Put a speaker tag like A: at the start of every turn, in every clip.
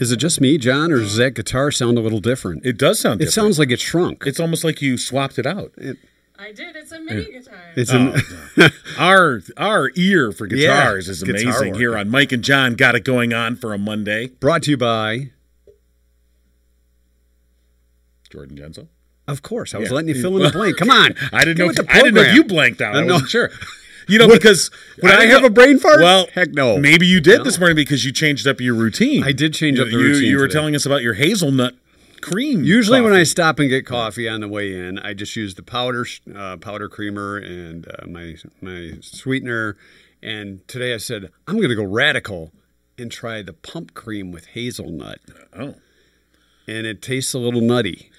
A: Is it just me, John, or does that guitar sound a little different?
B: It does sound.
A: It
B: different.
A: sounds like it shrunk.
B: It's almost like you swapped it out.
C: I did. It's a mini guitar.
A: It's
B: Oh,
A: an,
B: Our our ear for guitars
A: Yeah,
B: is
A: guitar
B: amazing
A: work.
B: here on Mike and John. Got it going on for a Monday.
A: brought to you by,
B: Jordan Genzel.
A: of course. I was
B: Yeah.
A: letting you fill in the blank. Come on.
B: I didn't
A: Go
B: know.
A: with the
B: I didn't know
A: program.
B: you blanked out.
A: I
B: I,
A: know.
B: wasn't sure. You know
A: Would-
B: because
A: would I
B: didn't
A: have
B: know-
A: a brain fart?
B: Well,
A: Heck no.
B: Maybe you did this
A: No.
B: morning because you changed up your routine.
A: I did change up the
B: You- you,
A: routine
B: You were
A: today.
B: telling us about your hazelnut cream.
A: Usually, when
B: coffee.
A: I stop and get coffee on the way in, I just use the powder sh- uh, powder creamer and uh, my my sweetener. And today I said I'm going to go radical and try the pump cream with hazelnut,
B: oh.
A: and it tastes a little nutty.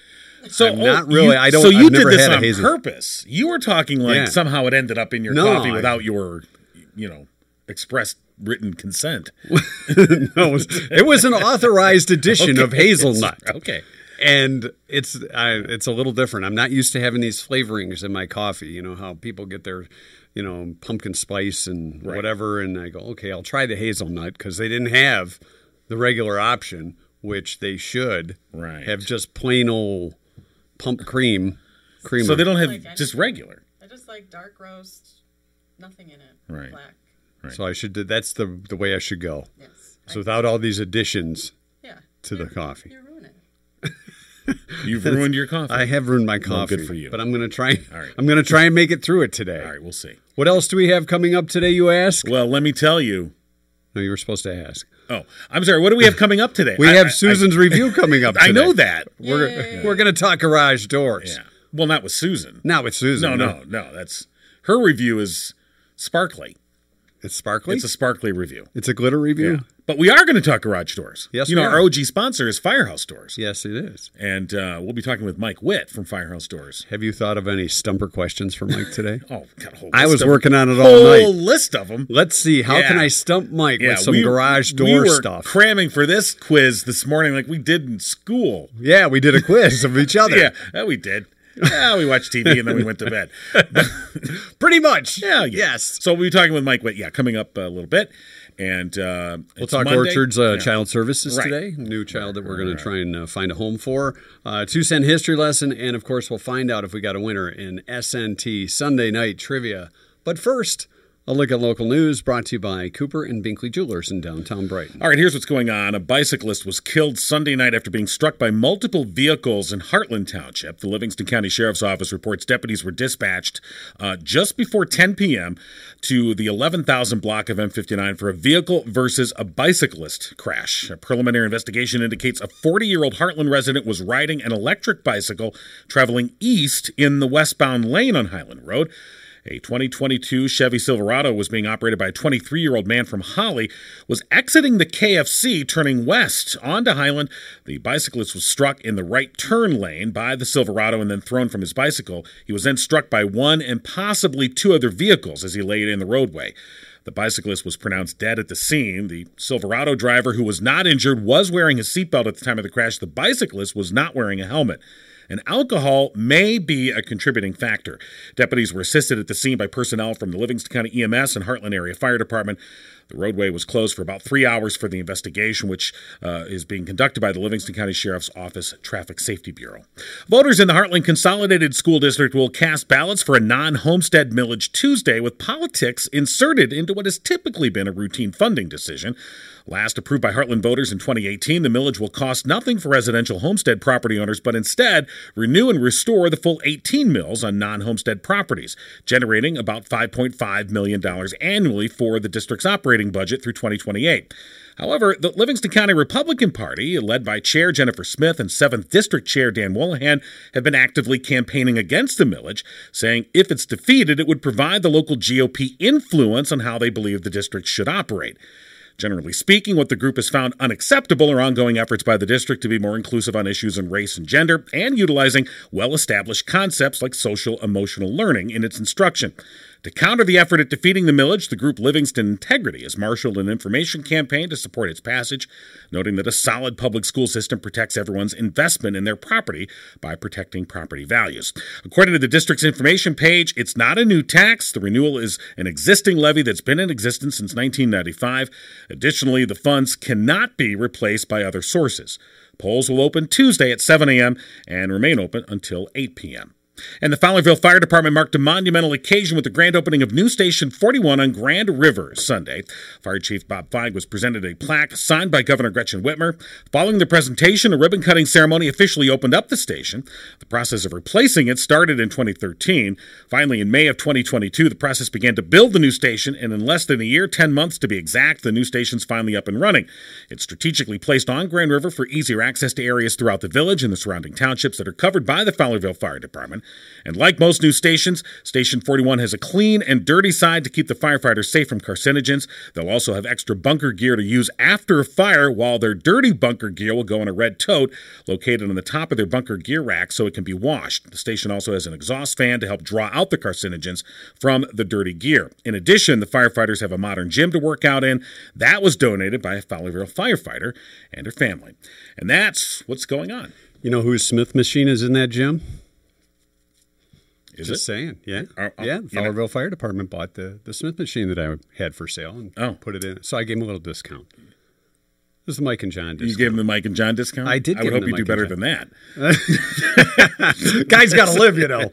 B: So oh,
A: I'm not really-
B: you-
A: I don't-
B: So you
A: I've
B: did
A: never
B: this
A: had a
B: on
A: hazel-
B: purpose. You were talking like
A: Yeah.
B: somehow it ended up in your
A: No,
B: coffee
A: I-
B: without your, you know, expressed written consent.
A: No, it was, it was an authorized edition of hazelnut,
B: Okay.
A: and it's I, it's a little different. I'm not used to having these flavorings in my coffee. You know how people get their you know pumpkin spice and whatever, and I go okay, I'll try the hazelnut because they didn't have the regular option, which they should
B: Right.
A: have just plain old pump cream creamer.
B: So they don't have
C: Like, I-
B: just regular.
C: I just like dark roast, nothing in it.
B: Right.
C: Black.
A: So I should do- that's the the way I should go.
C: Yes.
A: So without all these additions
C: yeah.
A: to the coffee.
C: You ruin it.
B: You've ruined your coffee.
A: I have ruined my coffee.
B: good for you.
A: But I'm gonna try.
B: right.
A: I'm gonna try and make it through it today.
B: All right, we'll see.
A: What else do we have coming up today? You ask.
B: Well, let me tell you.
A: No, you were supposed to ask.
B: Oh, I'm sorry. What do we have coming up today?
A: We
B: I-
A: have
B: I-
A: Susan's review coming up.
B: I, I know
A: today.
B: that.
A: We're we're gonna talk garage doors.
B: Yeah. Well, not with Susan.
A: Not with Susan.
B: No, no, no. That's her review is sparkly.
A: It's sparkly.
B: It's a sparkly review.
A: glitter review.
B: But we are going to talk garage doors.
A: Yes,
B: you know
A: we
B: our
A: are.
B: OG sponsor is Firehouse Doors,
A: Yes, it is.
B: and uh, we'll be talking with Mike Witt from Firehouse Doors.
A: Have you thought of any stumper questions for Mike today?
B: Oh, got a whole.
A: I
B: list
A: was
B: of-
A: working on it all
B: whole
A: night.
B: list of them.
A: Let's see. How
B: Yeah.
A: can I stump Mike with some
B: we-
A: garage door
B: we were
A: stuff?
B: Cramming for this quiz this morning, like we did in school.
A: yeah, we did a quiz of each other.
B: Yeah, that we did. Yeah, we watched TV and then we went to bed.
A: pretty much.
B: Yeah, yeah.
A: yes.
B: So we'll be talking with Mike Witt. Yeah, coming up a little bit, and uh,
A: We'll talk Orchard's uh, Child Services
B: Right.
A: today. New child that we're going to try and uh, find a home for. Uh, two cent history lesson, and of course, we'll find out if we got a winner in SNT Sunday night trivia. But first, a look at local news brought to you by Cooper and Binkley Jewelers in downtown Brighton.
B: All right, here's what's going on. A bicyclist was killed Sunday night after being struck by multiple vehicles in Heartland Township. The Livingston County Sheriff's Office reports deputies were dispatched uh, just before 10 p.m. to the 11,000 block of M59 for a vehicle versus a bicyclist crash. A preliminary investigation indicates a 40 year old Heartland resident was riding an electric bicycle traveling east in the westbound lane on Highland Road. A 2022 Chevy Silverado was being operated by a 23 year old man from Holly, was exiting the KFC, turning west onto Highland. The bicyclist was struck in the right turn lane by the Silverado and then thrown from his bicycle. He was then struck by one and possibly two other vehicles as he laid in the roadway. The bicyclist was pronounced dead at the scene. The Silverado driver, who was not injured, was wearing his seatbelt at the time of the crash. The bicyclist was not wearing a helmet. And alcohol may be a contributing factor. Deputies were assisted at the scene by personnel from the Livingston County EMS and Heartland Area Fire Department. The roadway was closed for about three hours for the investigation, which uh, is being conducted by the Livingston County Sheriff's Office Traffic Safety Bureau. Voters in the Heartland Consolidated School District will cast ballots for a non homestead millage Tuesday with politics inserted into what has typically been a routine funding decision. Last approved by Heartland voters in 2018, the millage will cost nothing for residential homestead property owners, but instead renew and restore the full 18 mills on non homestead properties, generating about $5.5 million annually for the district's operating budget through 2028. However, the Livingston County Republican Party, led by Chair Jennifer Smith and 7th District Chair Dan Wolahan, have been actively campaigning against the millage, saying if it's defeated, it would provide the local GOP influence on how they believe the district should operate. Generally speaking, what the group has found unacceptable are ongoing efforts by the district to be more inclusive on issues in race and gender and utilizing well established concepts like social emotional learning in its instruction. To counter the effort at defeating the millage, the group Livingston Integrity has marshaled an information campaign to support its passage, noting that a solid public school system protects everyone's investment in their property by protecting property values. According to the district's information page, it's not a new tax. The renewal is an existing levy that's been in existence since 1995. Additionally, the funds cannot be replaced by other sources. Polls will open Tuesday at 7 a.m. and remain open until 8 p.m. And the Fowlerville Fire Department marked a monumental occasion with the grand opening of new station 41 on Grand River Sunday. Fire Chief Bob Feig was presented a plaque signed by Governor Gretchen Whitmer. Following the presentation, a ribbon cutting ceremony officially opened up the station. The process of replacing it started in 2013. Finally, in May of 2022, the process began to build the new station, and in less than a year, 10 months to be exact, the new station's finally up and running. It's strategically placed on Grand River for easier access to areas throughout the village and the surrounding townships that are covered by the Fowlerville Fire Department. And like most new stations, Station 41 has a clean and dirty side to keep the firefighters safe from carcinogens. They'll also have extra bunker gear to use after a fire, while their dirty bunker gear will go in a red tote located on the top of their bunker gear rack so it can be washed. The station also has an exhaust fan to help draw out the carcinogens from the dirty gear. In addition, the firefighters have a modern gym to work out in. That was donated by a Fowlerville firefighter and her family. And that's what's going on.
A: You know whose Smith machine is in that gym?
B: Is
A: Just
B: it?
A: saying, yeah,
B: Are- are-
A: yeah.
B: you
A: Fowlerville Fire Department bought the the Smith machine that I had for sale and
B: Oh.
A: put it in. So I gave him a little discount. This is the Mike and John
B: You
A: discount.
B: gave them the Mike and John discount?
A: I did give
B: I would
A: them
B: hope
A: the
B: you do
A: Mike and
B: better
A: John.
B: than that.
A: Guys got to live, you know.
B: Well,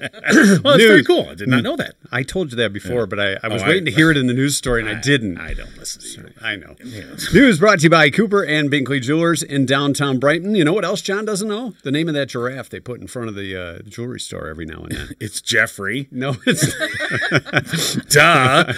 B: that's very
A: News. Mm.
B: cool. I did not know that.
A: I told you that before, but I, Oh, I was
B: I-
A: waiting to hear it in the news story and I, didn't.
B: I don't listen to you.
A: I know. News brought to you by Cooper and Binkley Jewelers in downtown Brighton. You know what else John doesn't know? The name of that giraffe they put in front of the uh, jewelry store every now and then.
B: It's Jeffrey.
A: No, it's
B: Duh.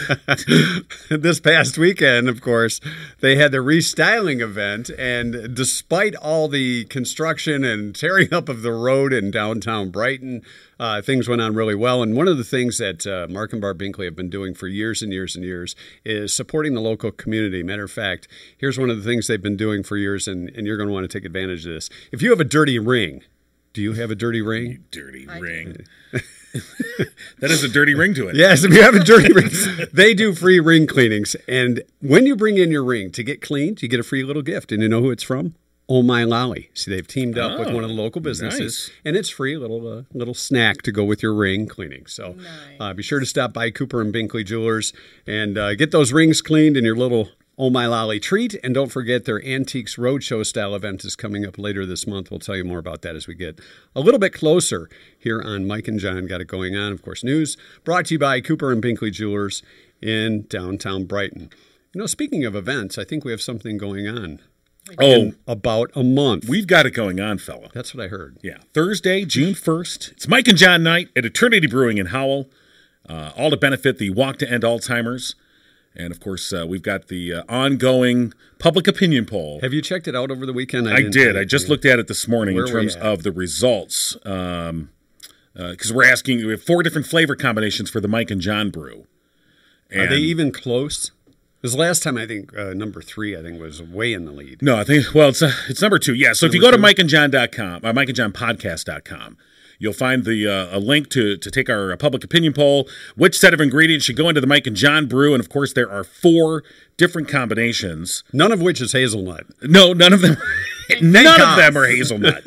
A: this past weekend, of course, they had the restyling event, and despite all the construction and tearing up of the road in downtown Brighton, uh, things went on really well. And one of the things that uh, Mark and Barb Binkley have been doing for years and years and years is supporting the local community. Matter of fact, here's one of the things they've been doing for years, and, and you're going to want to take advantage of this. If you have a dirty ring, do you have a dirty ring?
B: dirty ring. that is a dirty ring to it.
A: Yes, if you have a dirty ring, they do free ring cleanings. And when you bring in your ring to get cleaned, you get a free little gift. And you know who it's from? Oh My Lolly. See, they've teamed up with one of the local businesses,
B: nice.
A: and it's free little uh, little snack to go with your ring cleaning. So uh, be sure to stop by Cooper and Binkley Jewelers and uh, get those rings cleaned and your little. Oh My Lolly treat. And don't forget their Antiques Roadshow style event is coming up later this month. We'll tell you more about that as we get a little bit closer here on Mike and John Got It Going On. Of course, news brought to you by Cooper and Binkley Jewelers in downtown Brighton. You know, speaking of events, I think we have something going on
B: Oh,
A: about a month.
B: we've got it going on, fella.
A: That's what I heard.
B: Yeah. Thursday, June 1st. It's Mike and John night at Eternity Brewing in Howell, uh, all to benefit the Walk to End Alzheimer's. And of course, uh, we've got the uh, ongoing public opinion poll.
A: Have you checked it out over the weekend?
B: I
A: didn't.
B: did. I just looked at it this morning
A: Where
B: in
A: were
B: terms
A: you at?
B: of the results. Because we're asking, we have four different flavor combinations for the Mike and John brew. And
A: Are they even close? Because last time I think uh, number three, I think was way in the lead.
B: No, I think well, it's uh, it's number two. Yeah. So if you go to mikeandjohn.com, uh, mikeandjohnpodcast.com, you'll find the uh, a link to to take our uh, public opinion poll. Which set of ingredients should go into the Mike and John brew? And of course, there are four different combinations.
A: None of which is hazelnut.
B: No, none of them. none of
A: God.
B: them are hazelnut.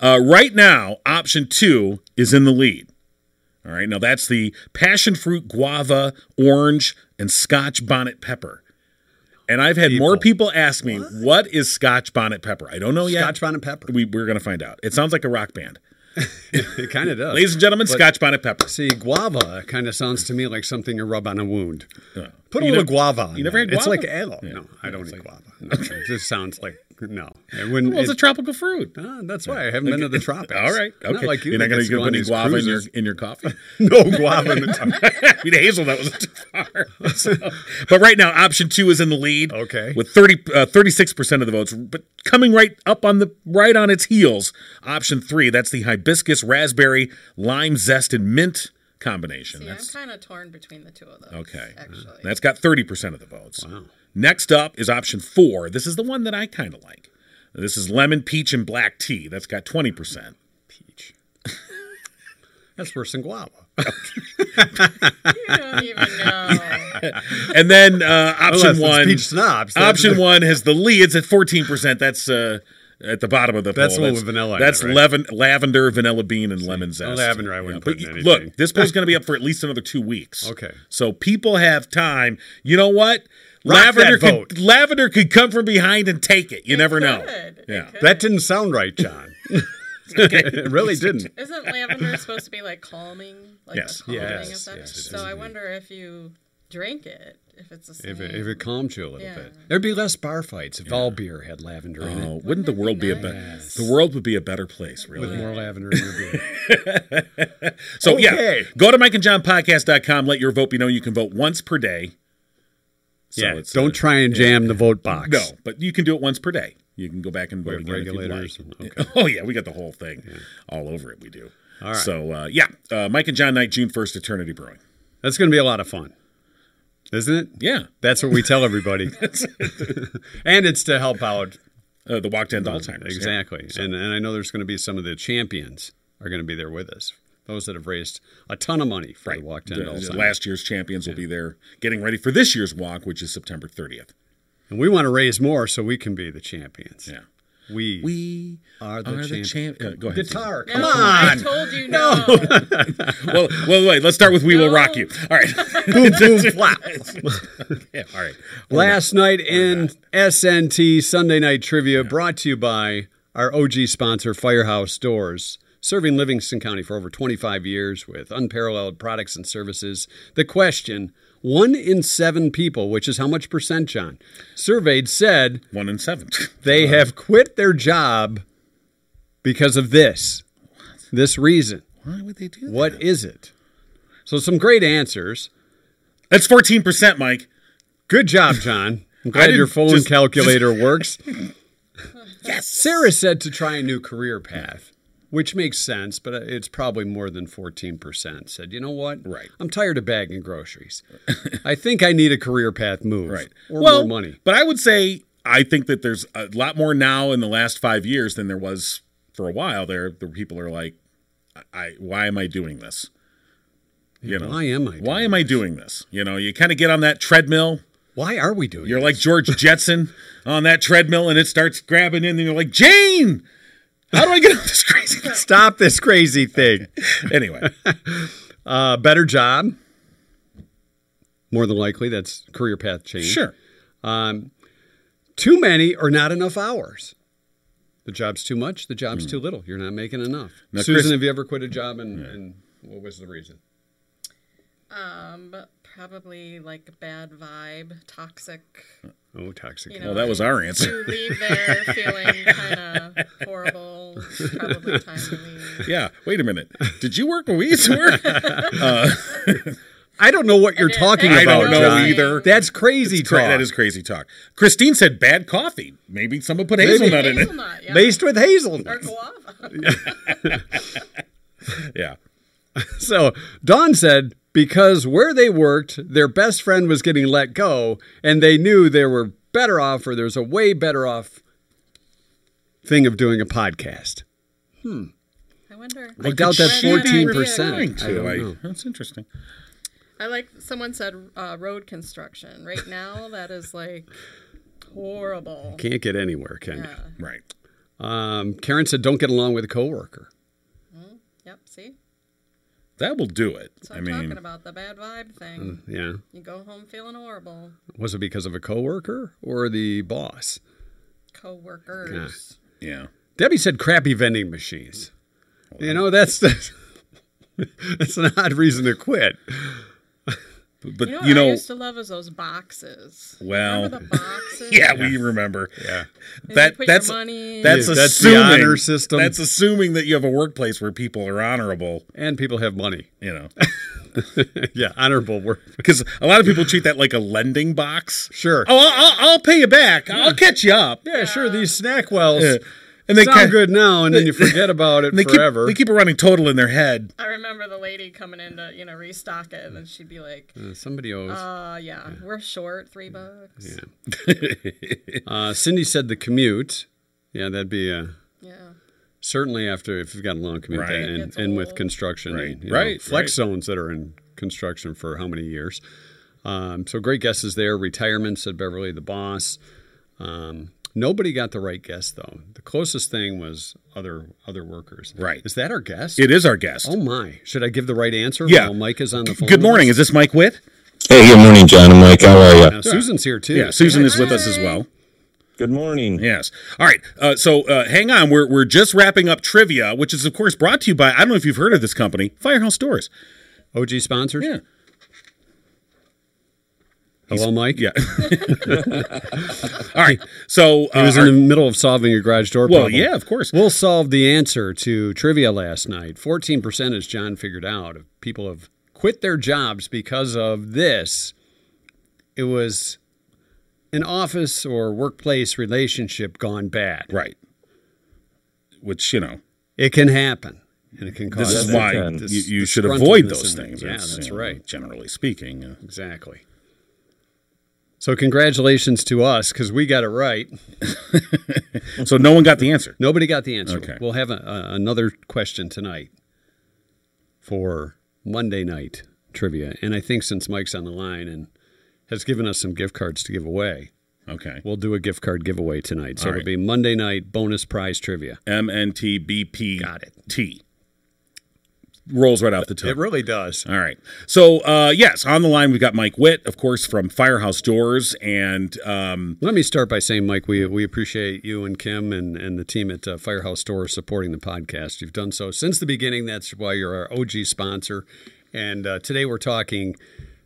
B: uh, right now, option two is in the lead. All right, now that's the passion fruit, guava, orange, and Scotch bonnet pepper. And I've had more people ask me, what is Scotch bonnet pepper? I don't know yet.
A: Scotch bonnet pepper.
B: We, we're going to find out. It sounds like a rock band.
A: It kind of does.
B: Ladies and gentlemen, Scotch bonnet pepper.
A: See, guava kind of sounds to me like something you rub on a wound. Put a
B: You
A: little
B: never-
A: guava. On
B: you never
A: that.
B: had
A: It's like
B: guava?
A: aloe. No, I don't eat guava. No, it just sounds like no. It wouldn't-
B: Well, it's a
A: it-
B: tropical fruit.
A: Ah, that's why I haven't been to the tropics.
B: All right.
A: Not
B: Okay.
A: like you.
B: are not
A: that
B: going
A: gets
B: to get
A: go on
B: any
A: these
B: guava in your,
A: cruises.
B: in your coffee?
A: no guava in the tropics.
B: I mean, hazelnut was too far. So- but right now, option two is in the lead.
A: Okay.
B: With 30, uh, 36% of the votes. But coming right up on the right on its heels, option three, that's the hibiscus, raspberry, lime zest, and mint combination.
C: See,
B: that's
C: I'm kind of torn between the two of those.
B: okay.
C: Actually.
B: That's got 30% of the votes. Wow. Next up is option four. This is the one that I kind of like. This is lemon, peach, and black tea. That's got 20%.
A: Peach. That's worse than guava.
C: You don't even know.
B: And then uh, option
A: Unless it's
B: one,
A: peach snobs. That's-
B: option one has the leads at fourteen percent. That's uh, at the bottom of the
A: That's the
B: poll.
A: one with vanilla in
B: That's
A: it, right?
B: leaven- lavender, vanilla bean, and lemon zest.
A: lavender I wouldn't
B: But
A: put in
B: you-
A: anything.
B: look, this poll's going to be up for at least another two weeks.
A: Okay.
B: so people have time. You know what?
A: Rock that
B: lavender
A: vote.
B: could lavender could come from behind and take it. You never know.
C: could. It
B: Yeah.
C: could.
A: That didn't sound right, John. it really didn't.
C: Isn't lavender supposed to be like calming? Like
B: Yes.
C: A calming
A: Yes,
C: effect?
A: yes, it
C: so I wonder if you drink it, if it's the same.
A: If it, if it calmed you a little
C: Yeah.
A: bit, there'd be less bar fights if all beer had lavender in
B: Oh,
A: it.
B: wouldn't the world be a better? The world would be a better place, really.
A: With more lavender in your beer.
B: So yeah,
A: Okay.
B: go to mikeandjohnpodcast.com. Let your vote be known. You can vote once per day. So
A: yeah,
B: it's,
A: don't
B: uh,
A: try and jam the vote box.
B: no, but you can do it once per day. You can go back and vote again if you'd
A: regulators
B: like.
A: and-
B: Oh yeah, we got the whole thing all over it. We do. All
A: right.
B: So uh, yeah, uh, Mike and John Knight, June first, Eternity Brewing.
A: That's going to be a lot of fun, isn't it?
B: Yeah,
A: That's what we tell everybody. and it's to help out.
B: uh, the walk to end all timers.
A: Exactly. And, and I know there's going to be some of the champions are going to be there with us. Those that have raised a ton of money for the walk to end all Time.
B: last year's champions will be there, getting ready for this year's walk, which is September thirtieth.
A: And we want to raise more so we can be the champions.
B: Yeah.
A: We,
B: We
A: are the champions.
B: champ- uh, go ahead. Susan.
A: Guitar,
C: No,
A: come
C: I
A: on.
C: told you no.
B: well, well, wait. Let's start with "We Will
C: No.
B: Rock You." All right.
A: boom, boom, flop.
B: yeah, all right.
A: Last night in SNT Sunday Night Trivia, brought to you by our OG sponsor, Firehouse Doors, serving Livingston County for over 25 years with unparalleled products and services. The question one in seven people, which is how much percent, John, surveyed said
B: One and seven.
A: they have quit their job because of this, this reason.
B: Why would they do that?
A: What is it? So, some great answers.
B: That's fourteen percent, Mike.
A: Good job, John. I'm
B: I
A: glad
B: didn't-
A: your phone
B: just-
A: calculator works.
B: Yes.
A: Sarah said to try a new career path, which makes sense, but uh, it's probably more than 14%. Said, you know what?
B: Right.
A: I'm tired of bagging groceries. I think I need a career path move.
B: Right.
A: Or
B: well,
A: more money.
B: But I would say I think that there's a lot more now in the last five years than there was for a while. There, the people are like, I, why am I doing this? You know,
A: Why am I
B: uh, Why
A: doing
B: am I doing this? You know, you kind of get on that treadmill.
A: Why are we doing
B: You're
A: it?
B: like George Jetson on that treadmill, and it starts grabbing in, and you're like, Jane, how do I get off this crazy? thing?"
A: Stop this crazy thing.
B: anyway,
A: A better job. More than likely, that's career path change.
B: sure.
A: Too many or not enough hours. The job's too much, the job's too little. You're not making enough.
B: Hmm. Now,
A: Susan,
B: Chris-
A: have you ever quit a job and, and what was the reason?
C: um, probably like a bad vibe, toxic.
A: Oh, toxic.
C: You know,
B: Well, that was our answer.
C: You leave there feeling kind of horrible. It's Probably time to leave.
B: Yeah. Wait a minute. Did you work when we used to work?
A: I don't know what you're
C: did-
A: talking
C: I
A: about.
B: don't know
A: John.
B: either.
A: That's crazy
B: Cra-
A: talk.
B: That is crazy talk. Christine said bad coffee. Maybe someone put hazelnut in it.
C: Hazelnut, yeah.
A: laced with
C: Or
A: hazelnuts.
C: guava.
B: Yeah.
A: So Don said because where they worked, their best friend was getting let go, and they knew they were better off, or there's a way better off thing of doing a podcast.
C: I wonder.
A: I doubt that's
C: she be
A: fourteen
B: Referring
A: percent.
B: to,
A: I don't
B: like-
A: know.
B: That's interesting.
C: I like someone said uh, road construction. Right now, that is like horrible.
A: Can't get anywhere, can you?
C: Yeah.
B: Right.
A: Um, Karen said, "Don't get along with a coworker."
C: Yep. See,
B: That will do it.
C: so
B: I
C: I'm
B: mean, mm.
C: talking about the bad vibe thing.
A: Yeah,
C: You go home feeling horrible.
A: was it because of a coworker or the boss?
C: Coworkers.
B: yeah.
A: Debbie said crappy vending machines. You know, that's the, that's an odd reason to quit.
B: But
C: You know, what
B: you
C: I
B: know,
C: used to love is those boxes.
B: Well,
C: Remember the boxes?
B: yeah, we remember. Yeah.
C: And you
B: That
C: put
B: that's
C: your money. in.
B: that's
A: Yeah, that's the
B: assuming
A: honor system.
B: That's assuming that you have a workplace where people are honorable.
A: And people have money.
B: You know,
A: yeah, honorable work.
B: because a lot of people treat that like a lending box.
A: Sure.
B: Oh, I'll, I'll, I'll pay you back. I'll catch you up.
A: Yeah, sure. These snack wells
B: Yeah. And they
A: sound
B: ca-
A: good now, and then you forget about it
B: They keep,
A: forever.
B: they keep a running total in their head.
C: I remember the lady coming in to you know restock it, and then she'd be like,
B: Mm.
A: Uh, Somebody owes.
C: "Uh, yeah, we're short three bucks." Yeah.
A: Uh, Cindy said the commute. Yeah, that'd be uh,
C: yeah.
A: certainly after if you've got a long commute
B: Right.
A: and,
C: It's
A: and with
C: old.
A: construction.
B: Right,
A: you know,
B: right,
A: Flex
B: right.
A: zones that are in construction for how many years. Um, so great guesses there. Retirement, said Beverly, the boss. Um, nobody got the right guess though. The closest thing was other other workers.
B: Right.
A: Is that our guess?
B: It is our guest.
A: Oh my! Should I give the right answer?
B: Yeah.
A: While Mike is on the phone.
B: Good
A: with
B: morning.
A: us?
B: Is this Mike Witt?
D: Hey, good morning, John and Mike. How are
A: Now,
D: you?
A: Susan's here too.
B: Yeah, Susan is with us as well.
D: Good morning.
B: Yes. All right. Uh, so uh, hang on. We're, we're just wrapping up trivia, which is, of course, brought to you by I don't know if you've heard of this company, Firehouse Doors.
A: OG sponsors.
B: Yeah.
A: Hello, Mike.
B: Yeah. All right. So,
A: He
B: uh,
A: was in the middle of solving a garage door
B: well,
A: problem.
B: yeah, of course.
A: We'll solve the answer to trivia last night. 14%, as John figured out, of people have quit their jobs because of this. It was an office or workplace relationship gone bad.
B: right. Which, you know,
A: It can happen. And it can cause
B: this is
D: that's
B: why
D: okay.
B: you,
A: Dis-
B: you should avoid
A: disgruntledness
B: those
A: and-
B: things.
A: Yeah,
B: It's,
A: that's
B: you know,
A: right.
B: Generally speaking. uh,
A: Exactly. So, congratulations to us because we got it right.
B: so no one got the answer.
A: Nobody got the answer.
B: Okay.
A: We'll have a, a, another question tonight for Monday night trivia. And I think since Mike's on the line and has given us some gift cards to give away,
B: Okay.
A: we'll do a gift card giveaway tonight. So
B: All right.
A: it'll be Monday night bonus prize trivia.
B: M N T B P
A: Got it.
B: T. Rolls right off the tongue.
A: It really does.
B: All right. So, uh, yes, on the line, we've got Mike Witt, of course, from Firehouse Doors. And um,
A: Let me start by saying, Mike, we, we appreciate you and Kim and, and the team at uh, Firehouse Store supporting the podcast. You've done so since the beginning. That's why you're our OG sponsor. And uh, today we're talking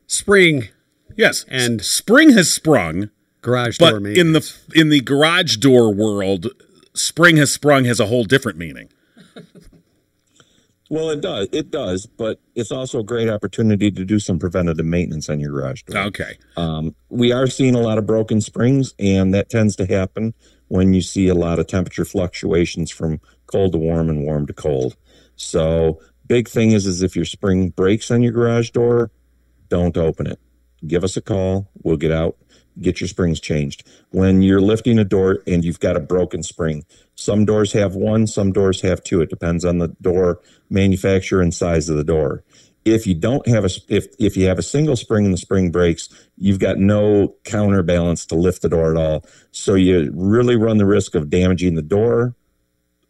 A: spring
B: yes,
A: And-
B: s- spring has sprung,
A: garage
B: but
A: door
B: in the in the garage door world, spring has sprung has a whole different meaning.
D: Well, it does. It does, but it's also a great opportunity to do some preventative maintenance on your garage door.
B: Okay.
D: Um, we are seeing a lot of broken springs, and that tends to happen when you see a lot of temperature fluctuations from cold to warm and warm to cold. So, big thing is, is if your spring breaks on your garage door, don't open it. Give us a call. We'll get out, get your springs changed. When you're lifting a door and you've got a broken spring, some doors have one, some doors have two. It depends on the door manufacturer and size of the door. If you don't have a if if you have a single spring and the spring breaks, you've got no counterbalance to lift the door at all. So you really run the risk of damaging the door,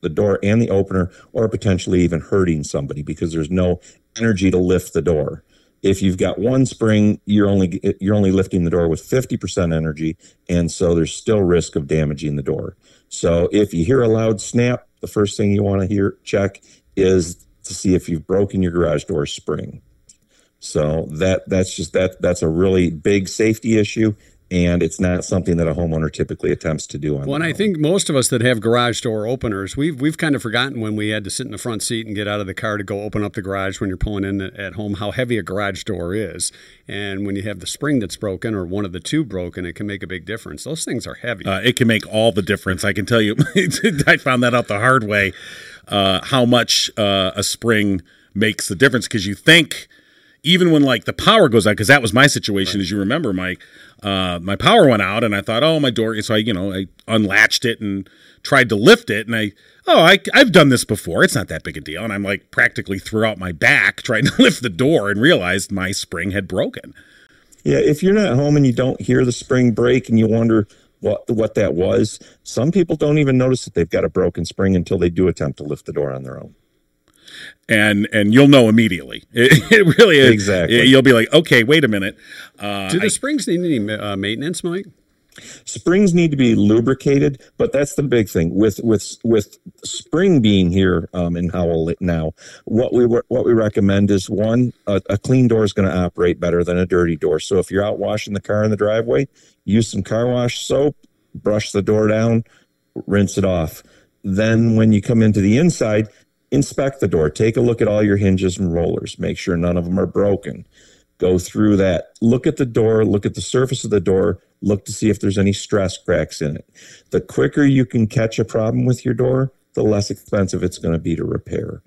D: the door and the opener, or potentially even hurting somebody because there's no energy to lift the door. If you've got one spring, you're only you're only lifting the door with 50% energy, and so there's still risk of damaging the door. So if you hear a loud snap, the first thing you want to hear check is to see if you've broken your garage door spring. So that that's just that that's a really big safety issue, and it's not something that a homeowner typically attempts to do on.
A: Well, and
D: their
A: I
D: own.
A: think most of us that have garage door openers, we've we've kind of forgotten when we had to sit in the front seat and get out of the car to go open up the garage when you're pulling in at home how heavy a garage door is, and when you have the spring that's broken or one of the two broken, it can make a big difference. Those things are heavy.
B: Uh, it can make all the difference. I can tell you, I found that out the hard way uh, how much uh, a spring makes the difference because you think, even when like the power goes out, because that was my situation, as you remember, Mike, uh, my power went out and I thought, oh, my door. So I, you know, I unlatched it and tried to lift it and I, oh, I, I've done this before. It's not that big a deal. And I'm like practically threw out my back trying to lift the door and realized my spring had broken.
D: Yeah, if you're not home and you don't hear the spring break and you wonder what what that was, some people don't even notice that they've got a broken spring until they do attempt to lift the door on their own.
B: and and you'll know immediately. It, it really is
D: Exactly.
B: You'll be like, okay, wait a minute. Uh,
A: Do the springs need any ma- uh, maintenance, Mike?
D: Springs need to be lubricated, but that's the big thing with with with spring being here um, in Howell now. What we what we recommend is one a, a clean door is going to operate better than a dirty door. So if you're out washing the car in the driveway, use some car wash soap, brush the door down, rinse it off. Then when you come into the inside, inspect the door, take a look at all your hinges and rollers, make sure none of them are broken. Go through that. Look at the door, look at the surface of the door, look to see if there's any stress cracks in it. The quicker you can catch a problem with your door, the less expensive it's going to be to repair.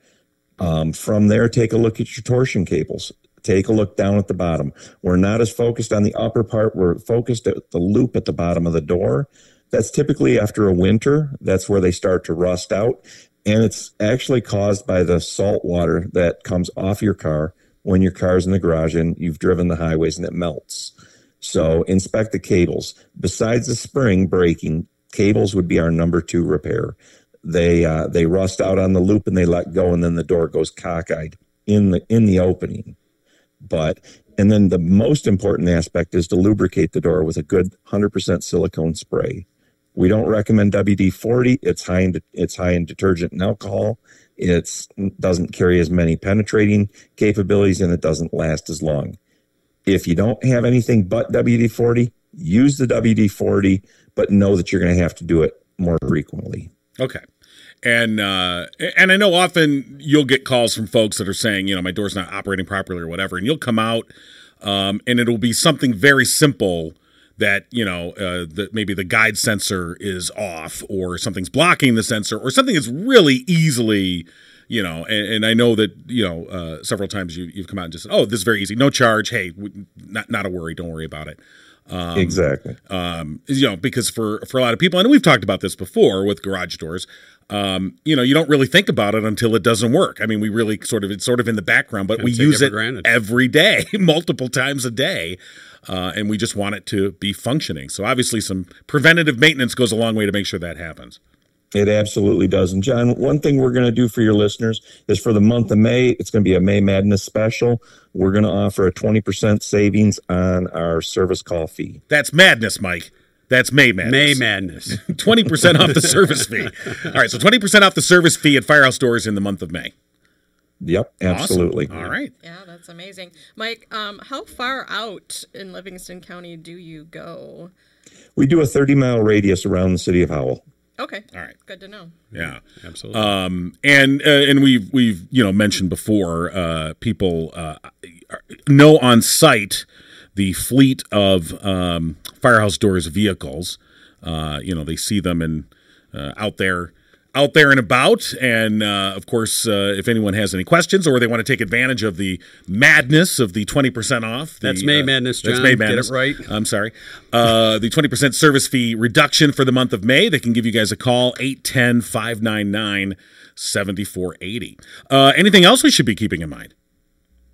D: Um, from there, take a look at your torsion cables. Take a look down at the bottom. We're not as focused on the upper part. We're focused at the loop at the bottom of the door. That's typically after a winter. That's where they start to rust out. And it's actually caused by the salt water that comes off your car when your car's in the garage and you've driven the highways and it melts. So inspect the cables. Besides the spring breaking, cables would be our number two repair. They uh, they rust out on the loop and they let go, and then the door goes cockeyed in the in the opening. But and then the most important aspect is to lubricate the door with a good 100% silicone spray. We don't recommend WD 40. It's high in it's high in detergent and alcohol. It doesn't carry as many penetrating capabilities and it doesn't last as long. If you don't have anything but WD 40, use the WD 40, but know that you're going to have to do it more frequently.
B: Okay and uh, and I know often you'll get calls from folks that are saying, you know, my door's not operating properly or whatever, and you'll come out, um, and it'll be something very simple that you know uh, that maybe the guide sensor is off or something's blocking the sensor or something that's really easily you know, and, and, I know that you know uh, several times you, have come out and just, oh, this is very easy, no charge. Hey, not not a worry, don't worry about it.
D: Um, exactly.
B: Um, you know, because for for a lot of people, and we've talked about this before with garage doors. Um, you know, you don't really think about it until it doesn't work. I mean, we really sort of it's sort of in the background, but we use it granted. every day, multiple times a day, uh, and we just want it to be functioning. So obviously, some preventative maintenance goes a long way to make sure that happens.
D: It absolutely does. And John, one thing we're going to do for your listeners is for the month of May, it's going to be a May Madness special. We're going to offer a 20% savings on our service call fee.
B: That's madness, Mike. That's May Madness.
A: May Madness.
B: 20% off the service fee. All right. So 20% off the service fee at Firehouse Doors in the month of May.
D: Yep, absolutely.
B: Awesome. All right.
C: Yeah, that's amazing. Mike, um, how far out in Livingston County do you go?
D: We do a 30 mile radius around the city of Howell.
C: Okay.
B: All right.
C: Good to know.
B: Yeah,
A: absolutely.
B: Um, and uh, and we've we've you know mentioned before uh, people uh, know on site the fleet of um, firehouse doors vehicles. Uh, you know they see them and out there out there and about. And uh, of course, uh, if anyone has any questions or they want to take advantage of the madness of the 20% off, the, uh,
A: that's May Madness, John.
B: That's May Madness.
A: Get it right.
B: I'm sorry. Uh, the 20% service fee reduction for the month of May, they can give you guys a call 810 599 7480. Uh, Anything else we should be keeping in mind?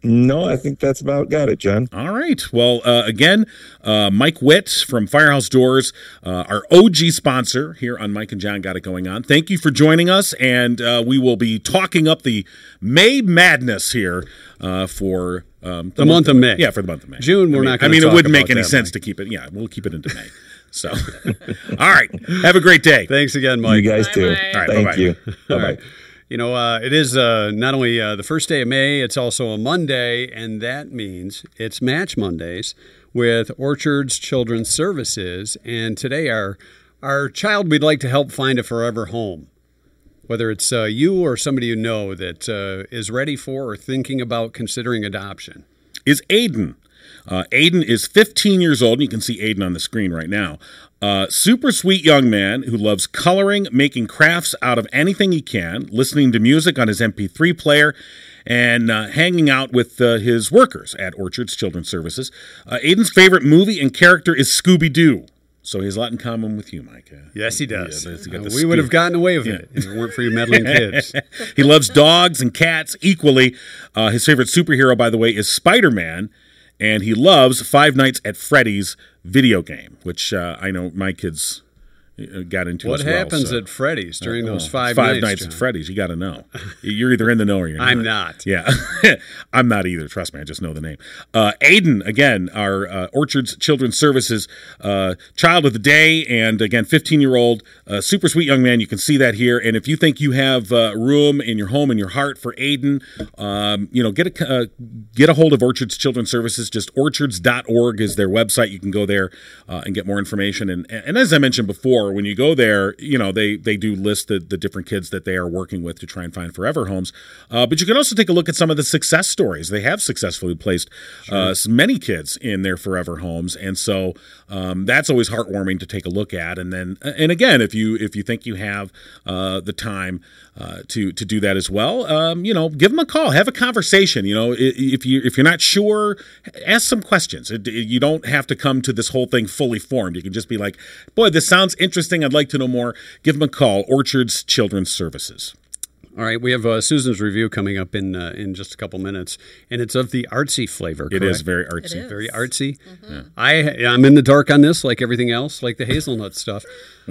D: No, I think that's about got it, John.
B: All right. Well, uh, again, uh, Mike Witt from Firehouse Doors, uh, our OG sponsor here on Mike and John Got It Going On. Thank you for joining us, and uh, we will be talking up the May Madness here uh, for
A: um, the, the month, month, of May.
B: Yeah, for the month of May.
A: June, we're
B: I mean,
A: not.
B: I mean, it wouldn't make any sense Mike. to keep it. Yeah, we'll keep it into May. So, all right. Have a great day.
A: Thanks again, Mike.
D: You guys
C: Bye,
D: too.
C: Mike.
B: All right.
D: Thank
B: bye-bye.
D: you. Bye bye.
A: You know, uh, it is uh, not only uh, the first day of May, it's also a Monday, and that means it's Match Mondays with Orchards Children's Services. And today, our our child we'd like to help find a forever home, whether it's uh, you or somebody you know that uh, is ready for or thinking about considering adoption.
B: Is Aiden. Uh, Aiden is 15 years old, and you can see Aiden on the screen right now. Uh, super sweet young man who loves coloring, making crafts out of anything he can, listening to music on his MP3 player, and uh, hanging out with uh, his workers at Orchards Children's Services. Uh, Aiden's favorite movie and character is Scooby Doo. So he has a lot in common with you, Mike.
A: Yes, he does.
B: Yeah, he's got the
A: Uh, we
B: scoop.
A: would have gotten away with it if it weren't for you meddling kids.
B: he loves dogs and cats equally. Uh, his favorite superhero, by the way, is Spider Man and he loves Five Nights at Freddy's video game, which uh, I know my kids uh, got into.
A: What
B: as well,
A: happens
B: so.
A: at Freddy's during
B: Oh,
A: those five,
B: five
A: nights?
B: nights
A: John?
B: at Freddy's? You got to know. You're either in the know or you're not.
A: I'm not.
B: Yeah, I'm not either. Trust me, I just know the name. Uh, Aiden, again, our uh, Orchards Children's Services uh, Child of the Day, and again, 15 year old, uh, super sweet young man. You can see that here. And if you think you have uh, room in your home and your heart for Aiden, um, you know, get a uh, get a hold of Orchards Children's Services. Just orchards.org is their website. You can go there uh, and get more information. And and as I mentioned before, when you go there, you know they they do list the the different kids that they are working with to try and find forever homes. Uh, but you can also take a look at some of the success stories. They have successfully placed uh, s- many kids in their forever homes, and so um, that's always heartwarming to take a look at. And then, and again, if you if you think you have uh, the time uh, to to do that as well, um, you know, give them a call, have a conversation. You know, i- if you if you're not sure, ask some questions. It, it- you don't have to come to this whole thing fully formed. You can just be like, boy, this sounds interesting. I'd like to know more. Give them a call. Orchards Children's Services.
A: All right, we have uh, Susan's review coming up in uh, in just a couple minutes, and it's of the artsy flavor.
B: It
A: Correct?
B: is very artsy.
C: is.
A: very artsy. I I'm in the dark on this, like everything else, like the hazelnut stuff.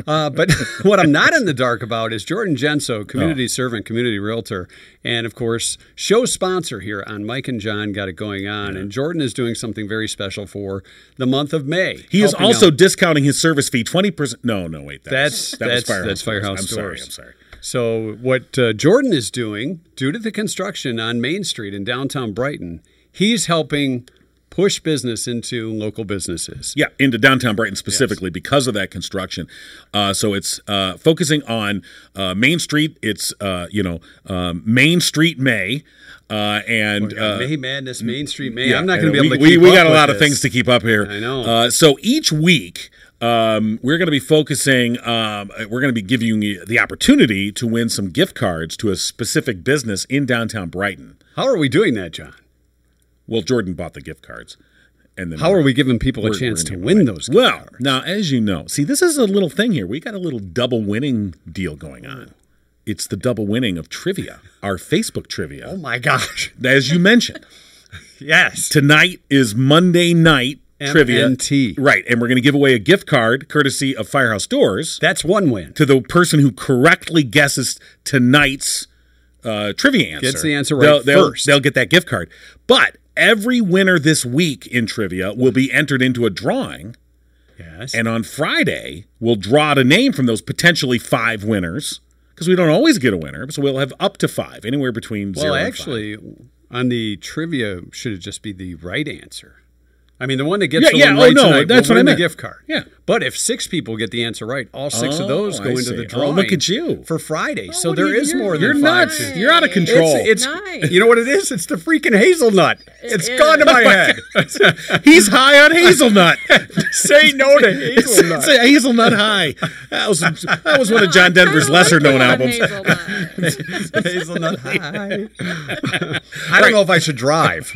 A: Uh, but what I'm not in the dark about is Jordan Genso, community
B: Oh.
A: servant, community realtor, and of course show sponsor here on Mike and John. Got it going on, and Jordan is doing something very special for the month of May.
B: He is
A: helping
B: also
A: out.
B: discounting his service fee twenty percent. No, no, wait. That
A: That's-
B: was, that was
A: that's- that's Firehouse
B: I'm sorry.
A: Doors.
B: I'm sorry.
A: So, what uh, Jordan is doing, due to the construction on Main Street in downtown Brighton, he's helping push business into local businesses.
B: Yeah, into downtown Brighton specifically because of that construction. Uh, so it's uh, focusing on uh, Main Street. It's uh, you know um, Main Street May, uh, and uh,
A: May Madness, Main Street May.
B: Yeah,
A: I'm not
B: I
A: going to be
B: know.
A: able to.
B: We,
A: keep
B: we, we
A: up
B: got a
A: with
B: lot of
A: this.
B: things to keep up here.
A: I know.
B: Uh, so each week, um, we're going to be focusing. Um, we're going to be giving you the opportunity to win some gift cards to a specific business in downtown Brighton.
A: How are we doing that, John?
B: Well, Jordan bought the gift cards, and then
A: How are we giving people a chance
B: we're
A: to
B: gonna
A: win those?
B: Well, now as you know, see, this is a little thing here. We got a little double winning deal going on. It's the double winning of trivia, our Facebook
A: oh
B: trivia,
A: my gosh!
B: as you mentioned.
A: Yes.
B: Tonight is Monday night
A: MNT.
B: trivia. Right. And we're going to give away a gift card courtesy of Firehouse Doors
A: That's one win.
B: to the person who correctly guesses tonight's uh, trivia answer.
A: Gets the answer right
B: they'll, they'll-
A: first.
B: They'll get that gift card. But every winner this week in trivia will be entered into a drawing.
A: Yes.
B: And on Friday, we'll draw out a name from those potentially five winners because we don't always get a winner. So we'll have up to five, anywhere between zero
A: well,
B: and five.
A: actually, on the trivia, should it just be the right answer? I mean, the one that gets
B: Yeah,
A: the
B: yeah.
A: one
B: Oh,
A: right
B: no,
A: tonight
B: that's
A: will
B: what I
A: win
B: meant.
A: the gift card.
B: Yeah.
A: But if six people get the answer right, all six
B: Oh,
A: of those go
B: I
A: into
B: see.
A: the
B: Oh,
A: drawing.
B: look at you. Oh,
A: for Friday. so
B: what do
A: there
B: you-
A: is
B: you're-
A: more
B: you're
A: than
B: nuts.
A: five.
B: You're out of control.
A: It's, it's
C: Nice.
A: you know what it is? It's the freaking hazelnut.
C: It
A: has gone to
C: is.
A: my head.
B: He's high on hazelnut.
A: Say no to
B: It's, it's
A: hazelnut.
B: a hazelnut high. That was that was one of John Denver's lesser known albums.
C: albums.
A: hazelnut high. I don't know if I should drive.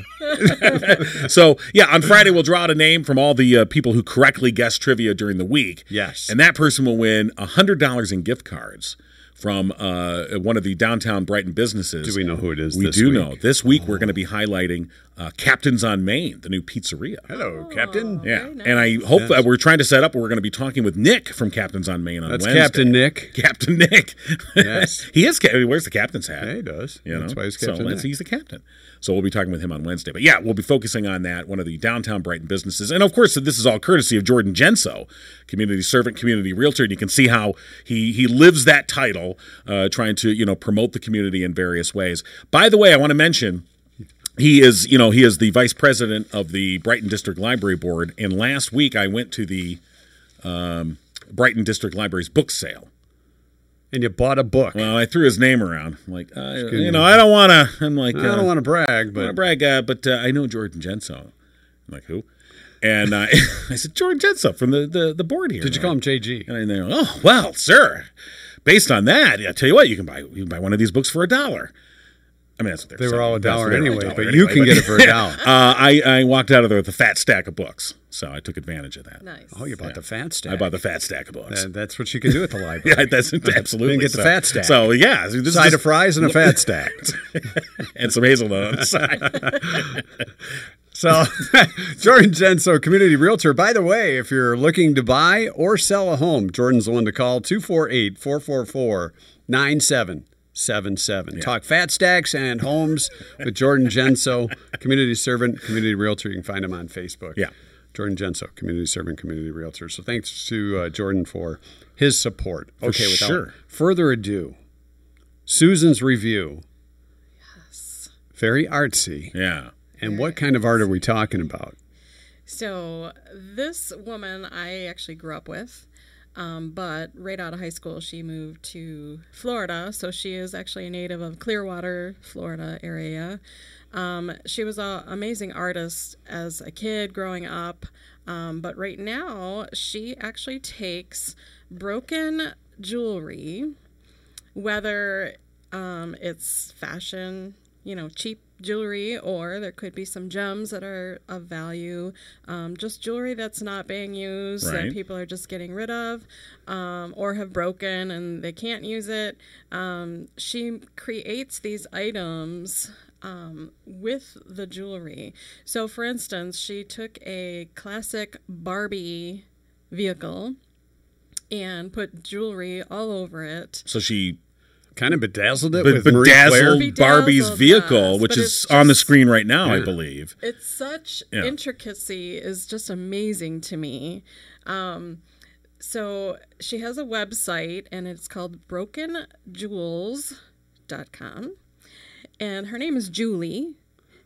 B: So yeah, on Friday we'll draw out a name from all the uh, people who correctly guessed trivia during the week.
A: Yes.
B: and that person will win hundred dollars in gift cards from uh, one of the downtown Brighton businesses.
A: Do we know who it is
B: We
A: this
B: do
A: week? Oh.
B: know. This week we're going to be highlighting uh, Captain's on Main, the new pizzeria.
A: Hello, Captain.
B: Yeah, and I hope uh, we're trying to set up. We're going to be talking with Nick from Captain's on Main on
A: That's
B: Wednesday.
A: Captain Nick.
B: Captain Nick.
A: Yes.
B: he is. Ca- he wears the captain's hat.
A: Yeah, he does.
B: You
A: That's
B: know?
A: why he's
B: So
A: Captain
B: let's-
A: Nick.
B: he's the captain. So we'll be talking with him on Wednesday. But yeah, we'll be focusing on that, one of the downtown Brighton businesses. And of course, this is all courtesy of Jordan Genso, community servant, community realtor. And you can see how he he lives that title, uh, trying to, you know, promote the community in various ways. By the way, I want to mention he is, you know, he is the vice president of the Brighton District Library Board. And last week I went to the um, Brighton District Library's book sale.
A: And you bought a book.
B: Well, I threw his name around. I'm like, uh, you know, I don't want to. I'm like,
A: I
B: uh,
A: don't want to brag,
B: I don't
A: but
B: brag, uh, but uh, I know Jordan Genso. I'm like, who? And uh, I said, Jordan Genso from the, the, the board here.
A: did you call him JG?
B: And they're like, oh, well, sir, based on that, I tell you what, you can buy you can buy one of these books for a dollar. I mean, that's what
A: They were
B: saying.
A: all a
B: That's-
A: dollar
B: they were
A: anyway,
B: dollar
A: but you can get it for a dollar.
B: uh, I, I walked out of there with a fat stack of books, so I took advantage of that.
C: nice.
A: Oh, you bought the fat stack.
B: I bought the fat stack of books.
A: And that's what you can do at the library.
B: yeah, that's absolutely.
A: Didn't get the
B: so-
A: fat stack.
B: So yeah, this is
A: Side
B: just-
A: of fries and a fat stack.
B: and some hazelnut on the side.
A: So, Jordan Genso, community realtor. By the way, if you're looking to buy or sell a home, Jordan's the one to call 248 444 9777. Talk fat stacks and homes with Jordan Genso, community servant, community realtor. You can find him on Facebook.
B: Yeah.
A: Jordan Genso, community servant, community realtor. So, thanks to uh, Jordan for his support. okay, without
B: sure.
A: further ado, Susan's review. Yes. Very artsy.
B: Yeah.
A: And what kind of art are we talking about?
C: So this woman I actually grew up with, um, but right out of high school she moved to Florida. So she is actually a native of Clearwater, Florida area. Um, she was an amazing artist as a kid growing up, um, but right now she actually takes broken jewelry whether um, it's fashion, you know, cheap jewelry, or there could be some gems that are of value. Um, just jewelry that's not being used
B: Right.
C: that people are just getting rid of, um, or have broken and they can't use it. Um, she creates these items um, with the jewelry. So, for instance, she took a classic Barbie vehicle and put jewelry all over it.
B: So she
A: Kind of bedazzled it
B: be-
A: with Marie Claire.
B: bedazzled
C: Bedazzled
B: Barbie's
C: us,
B: vehicle,
C: but
B: which is
C: it's
B: on the
C: just-
B: screen right now, I believe.
C: It's such
B: Yeah.
C: intricacy is just amazing to me. Um, so she has a website and it's called brokenjewels.com. And her name is Julie.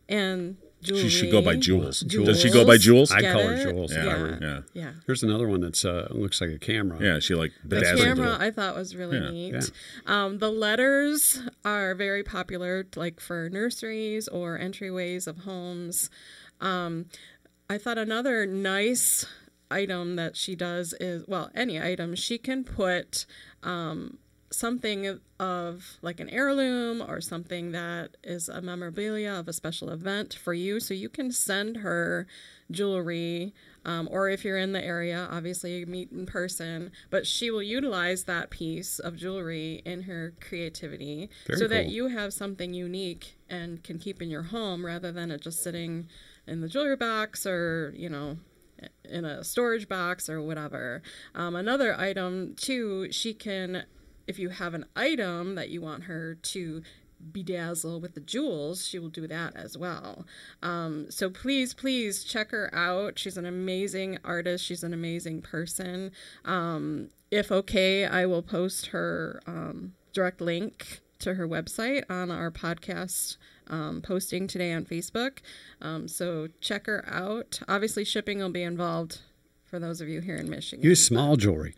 C: And Julie.
B: She should go by Jules. Does she
C: Jules.
B: go by Jules?
A: I call her
C: Get it?
A: Jules.
B: Yeah.
A: Yeah.
B: Yeah.
C: Yeah.
A: Here's another one that's uh, looks like a camera.
B: Yeah, she like
C: The
B: bedazzled.
C: camera
B: it.
C: I thought was really neat. Um, the letters are very popular, like for nurseries or entryways of homes. Um, I thought another nice item that she does is well, any item she can put something of like an heirloom or something that is a memorabilia of a special event for you. So you can send her jewelry, um, or if you're in the area, obviously you meet in person, but she will utilize that piece of jewelry in her creativity
A: Very
C: so that
A: cool.
C: you have something unique and can keep in your home rather than it just sitting in the jewelry box or, you know, in a storage box or whatever. Um, another item, too, she can, if you have an item that you want her to bedazzle with the jewels, she will do that as well. Um, so please, please check her out. She's an amazing artist, she's an amazing person. Um, if okay, I will post her um, direct link to her website on our podcast um, posting today on Facebook. Um, so check her out. Obviously, shipping will be involved for those of you here in Michigan.
A: Use small jewelry.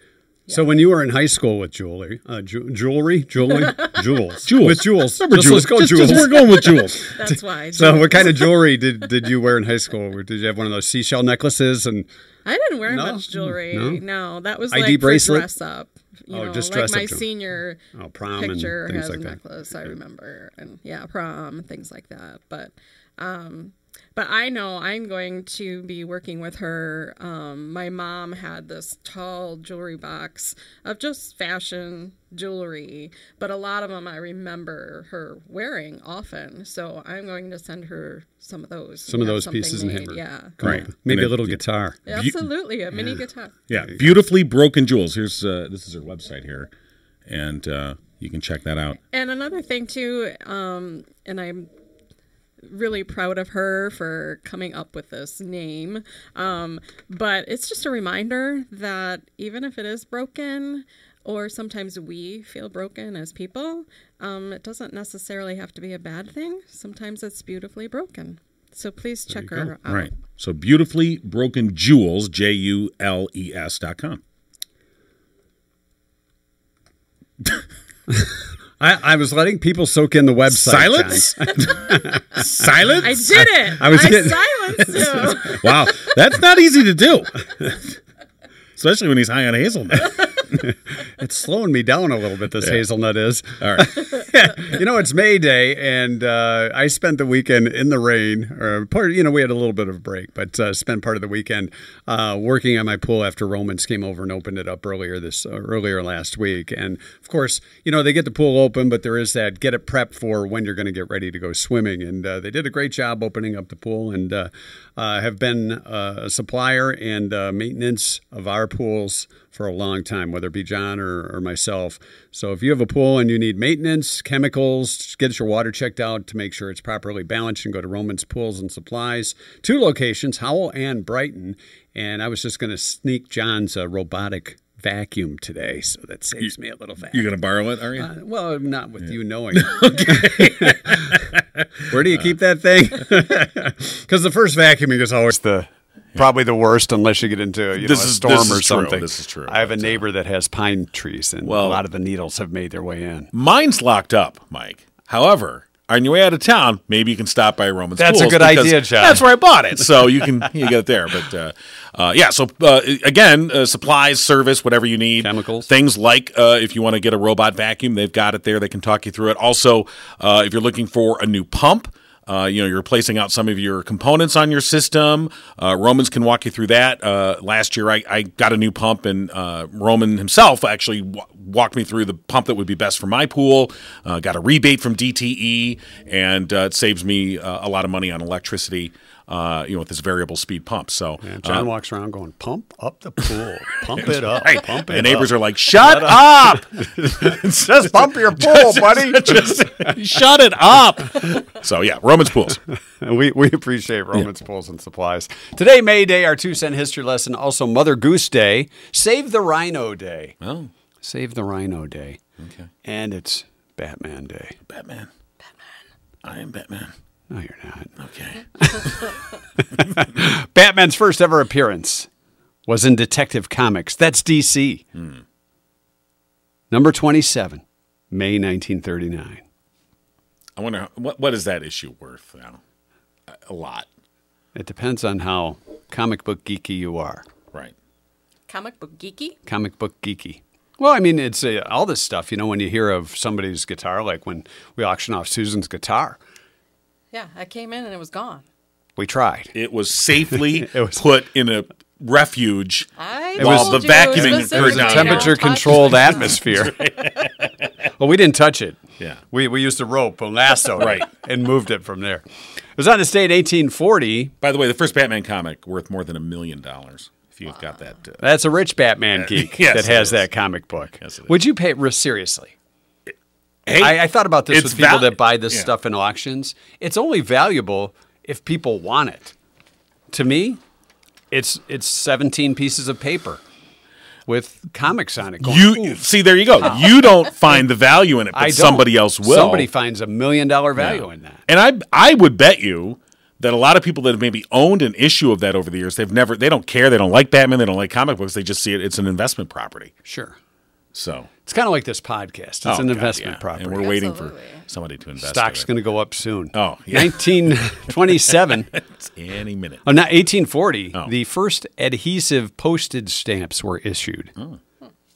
A: So when you were in high school with jewelry, uh, ju- jewelry, jewelry, jewels,
B: Jewels.
A: with jewels,
B: Remember
A: just
B: Jules.
A: let's go
B: Just-
A: jewels.
B: just- we're going with Jules.
C: That's why.
A: so what kind of jewelry did, did you wear in high school? Or Did you have one of those seashell necklaces and
C: I didn't wear
A: No?
C: much jewelry.
A: No?
C: No, that was
A: ID
C: like
A: bracelet?
C: for dress up. You
A: Oh,
C: know,
A: just
C: like
A: dress
C: my
A: up jewelry.
C: senior
A: oh, prom
C: picture
A: and things
C: has
A: like
C: a
A: that?
C: necklace. I remember, and yeah, prom things like that. But, um, but I know I'm going to be working with her. Um, my mom had this tall jewelry box of just fashion jewelry, but a lot of them I remember her wearing often. So I'm going to send her some of those.
A: Some of
C: have
A: those
C: something
A: pieces and
C: made.
A: hammer.
C: Yeah,
A: Come
B: Right.
A: up. Maybe a
B: And
A: little guitar.
C: absolutely, a mini guitar.
B: Yeah, beautifully broken jewels. Here's uh, this is her website here, and uh, you can check that out.
C: And another thing too, um, and I'm really proud of her for coming up with this name. Um, but it's just a reminder that even if it is broken, or sometimes we feel broken as people, um, it doesn't necessarily have to be a bad thing. Sometimes it's beautifully broken. So please check her out.
B: Right. So beautifully broken jewels, J U L E S dot com.
A: I, I was letting people soak in the website.
B: Silence. Silence.
C: I did it.
A: I was getting-
C: silenced you.
B: Wow, that's not easy to do, especially when he's high on hazelnut.
A: John. It's slowing me down a little bit. This hazelnut is.
B: All right.
A: you know, it's May Day, and uh, I spent the weekend in the rain. Or part, you know, we had a little bit of a break, but uh, spent part of the weekend uh, working on my pool after Romans came over and opened it up earlier this uh, earlier last week. And of course, you know, they get the pool open, but there is that get it prepped for when you're going to get ready to go swimming. And uh, they did a great job opening up the pool, and uh, uh, have been uh, a supplier and uh, maintenance of our pools for a long time, whether it be John or, or myself. So if you have a pool and you need maintenance, chemicals, get your water checked out to make sure it's properly balanced, you can go to Roman's Pools and Supplies. Two locations, Howell and Brighton. And I was just going to sneak John's uh, robotic vacuum today, so that saves me a little vacuum.
B: You're gonna borrow it, are you?
A: well, not with you knowing. Where do you keep that thing? Because the first vacuuming is always the probably the worst unless you get into you know,
B: This
A: a
B: is-
A: storm
B: this
A: or
B: is true.
A: something.
B: This is true. uh,
A: I have a neighbor that has pine trees, and
B: Well- uh,
A: a lot of the needles have made their way in.
B: Mine's locked up, Mike. However, on your way out of town, maybe you can stop by Roman's.
A: That's a
B: Pools
A: good
B: because
A: idea, John.
B: That's where I bought it, so you can you get it there. But uh, uh, yeah, so uh, again, uh, supplies, service, whatever you need,
A: Chemicals.
B: things like uh, if you want to get a robot vacuum, they've got it there. They can talk you through it. Also, uh, if you're looking for a new pump. Uh, you know, you're replacing out some of your components on your system. Uh, Romans can walk you through that. Uh, last year, I, I got a new pump, and uh, Roman himself actually w- walked me through the pump that would be best for my pool. Uh, got a rebate from DTE, and uh, it saves me uh, a lot of money on electricity. Uh, you know, with this variable speed pump. So, uh,
A: And John walks around going, pump up the pool, pump it up,
B: Right.
A: pump it
B: the neighbors
A: up.
B: are like, "Shut up!
E: Just pump your pool, buddy.
B: Just shut it up!" So yeah, Romans pools.
A: we, we appreciate Roman's Pools and Supplies. Today, May Day, our two cent history lesson, also Mother Goose Day, Save the Rhino Day.
B: Oh,
A: Save the Rhino Day. Okay. And it's Batman Day.
B: Batman. Batman. I am Batman.
A: No, you're not.
B: Okay.
A: Batman's first ever appearance was in Detective Comics. That's DC. Number 27, May 1939.
B: I wonder how- what what is that issue worth now? A- A lot,
A: It depends on how comic book geeky you are.
B: right?
C: Comic book geeky?
A: comic book geeky. Well, I mean, it's uh, all this stuff. You know, when you hear of somebody's guitar, like when we auction off Susan's guitar,
C: Yeah, I came in and it was gone.
A: we tried.
B: It was safely put in a refuge.
C: I
A: It was-
C: told
B: the
C: you
B: vacuuming occurred
C: specifically
B: down
C: don't
B: there.
A: Temperature
C: touch
A: controlled
C: this.
A: atmosphere. well, we didn't touch it.
B: Yeah.
A: We, we used a rope and lasso
B: Right.
A: and moved it from there. It was on the state 1840.
B: By the way, the first Batman comic worth more than a million dollars. If you've got that, uh,
A: That's a rich Batman geek
B: Yes,
A: that
B: it
A: has
B: is.
A: that comic book.
B: Yes, it is.
A: Would you pay re- seriously?
B: hey,
A: I, I thought about this
B: it's
A: with people
B: val-
A: that buy this
B: Yeah.
A: stuff in auctions. It's only valuable if people want it. To me, it's it's 17 pieces of paper with comics on it. Going,
B: you see, there you go. You don't find the value in it, but
A: I don't.
B: somebody else will.
A: Somebody finds a million dollar value in that.
B: And I I would bet you that a lot of people that have maybe owned an issue of that over the years, they've never they don't care, they don't like Batman, they don't like comic books, they just see it it's an investment property.
A: Sure.
B: So
A: It's kind of like this podcast. It's
B: oh,
A: an
B: God,
A: investment
B: yeah.
A: property.
B: And we're waiting
C: Absolutely.
B: for somebody to invest.
A: Stock's
B: in
A: going to go up soon.
B: Oh, yeah.
A: 1927.
B: it. any minute.
A: Oh, not 1840.
B: Oh.
A: The first adhesive postage stamps were issued.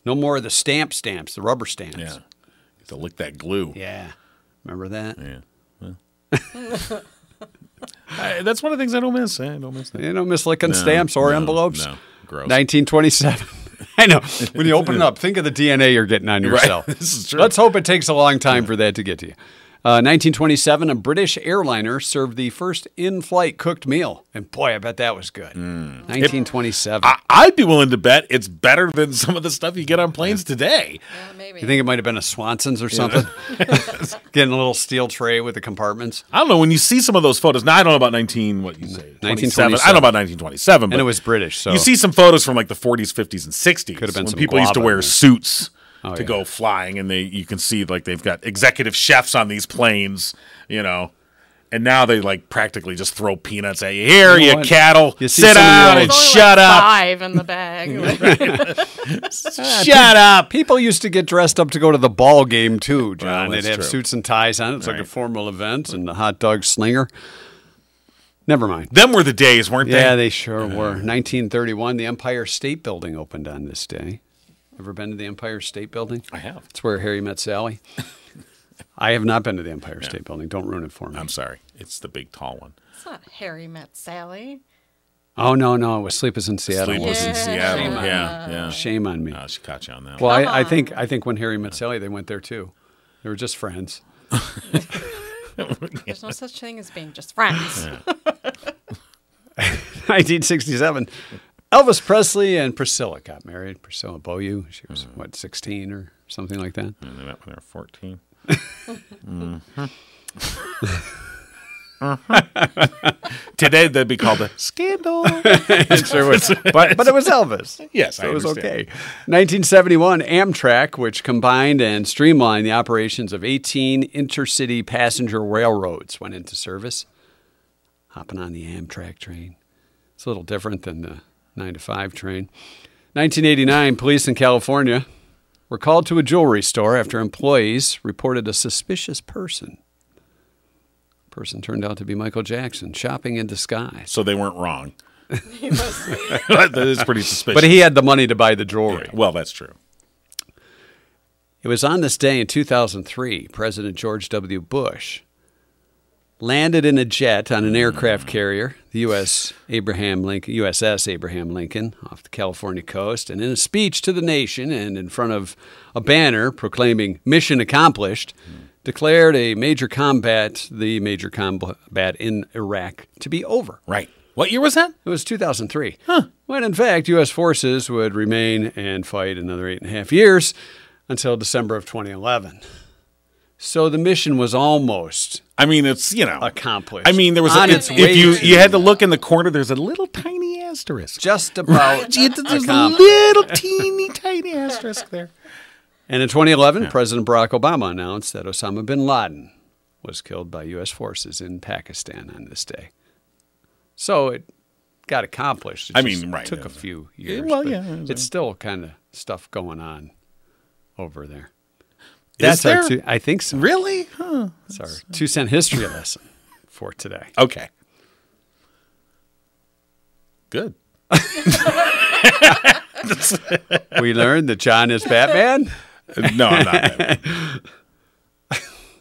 A: No more of the stamp stamps, the rubber stamps.
B: Hmm. Yeah. To lick that glue.
A: Yeah. Remember that?
B: Yeah. Well. I- that's one of the things I don't miss. Eh, I don't miss that.
A: You don't miss licking stamps or
B: no,
A: envelopes.
B: no. Gross.
A: 1927. I know. When you open it up, think of the DNA you're getting on yourself.
B: This is true.
A: Let's hope it takes a long time for that to get to you. Uh, 1927, a British airliner served the first in flight cooked meal. And boy, I bet that was good.
B: Hmm.
A: 1927.
B: I, I'd be willing to bet it's better than some of the stuff you get on planes today.
C: Yeah, Uh, maybe.
A: You think it might have been a Swanson's or something? Getting a little steel tray with the compartments.
B: I don't know when you see some of those photos. Now I don't know about nineteen. What you say?
A: 1927.
B: I don't know about nineteen twenty-seven.
A: And it was British, so
B: you see some photos from like the forties, fifties, and sixties.
A: Could have been
B: when
A: some
B: people used to
A: guava in
B: wear
A: there. Oh,
B: suits to
A: yeah.
B: go flying, and they you can see like they've got executive chefs on these planes, you know. And now they like practically just throw peanuts at you. Here, you,
A: know what?
B: cattle,
A: You see
B: sit
A: some of your
B: down
A: old-
B: and
C: There's only,
B: shut
C: like,
B: up.
C: Five in the bag.
B: Shut up.
A: People used to get dressed up to go to the ball game too, John.
B: Well,
A: They'd
B: that's
A: have
B: true.
A: suits and ties on. It's like
B: Right.
A: a formal event and the hot dog slinger. Never mind.
B: Them were the days, weren't they?
A: Yeah, they sure were. 1931, the Empire State Building opened on this day. Ever been to the Empire State Building?
B: I have.
A: It's where Harry met Sally. I have not been to the Empire State Building. Don't ruin it for me.
B: I'm sorry. It's the big tall one.
C: it's not Harry met Sally.
A: oh, no, no. It was Sleepless in Seattle.
B: Sleepless in
C: Yeah.
B: Seattle.
C: Shame on
B: Yeah, yeah.
A: Shame on me.
B: Oh, she caught you on that. one.
A: Well,
C: Come
A: I, I
C: on.
A: think I think when Harry met Sally, they went there too. They were just friends.
C: There's no such thing as being just friends.
A: 1967, Elvis Presley and Priscilla got married. Priscilla Boyu, she was
B: Mm.
A: what 16 or something like that.
B: And they met when they were Mm-hmm. 14. Today that'd be called a scandal.
A: It sure was, but but it was Elvis.
B: Yes,
A: so
B: I
A: it was
B: understand.
A: okay. 1971, Amtrak, which combined and streamlined the operations of 18 intercity passenger railroads, went into service. Hopping on the Amtrak train. It's a little different than the 9 to 5 train. 1989, police in California were called to a jewelry store after employees reported a suspicious person. Person turned out to be Michael Jackson, shopping in disguise.
B: So they weren't wrong. that is pretty suspicious.
A: But he had the money to buy the jewelry.
B: well, that's true.
A: It was on this day in 2003, President George W. Bush landed in a jet on an aircraft carrier, the U.S. Abraham Lincoln, USS Abraham Lincoln, off the California coast, and in a speech to the nation and in front of a banner proclaiming "Mission accomplished," declared a major combat, the major combat in Iraq, to be over.
B: Right. What year was that?
A: It was 2003. When in fact, U.S. forces would remain and fight another eight and a half years until December of 2011. So the mission was almost
B: I mean, it's you know
A: Accomplished.
B: I mean, there was
A: On
B: a,
A: its
B: if
A: way
B: you
A: to-
B: you had to look in the corner. There's a little tiny asterisk.
A: just about
B: It's- There's a
A: accomplished.
B: little teeny tiny asterisk there.
A: And in 2011, President Barack Obama announced that Osama bin Laden was killed by U.S. forces in Pakistan on this day. So it got accomplished. It
B: I
A: just
B: mean, right,
A: Took
B: it
A: a
B: was-
A: few years.
B: well,
A: but
B: yeah, it was
A: It's still kind of stuff going on over there.
B: Is
A: our
B: there?
A: two, I think so.
B: Really? Huh.
A: That's our two cent history lesson for today.
B: Okay. Good.
A: We learned that John is Batman.
B: No, I'm not. that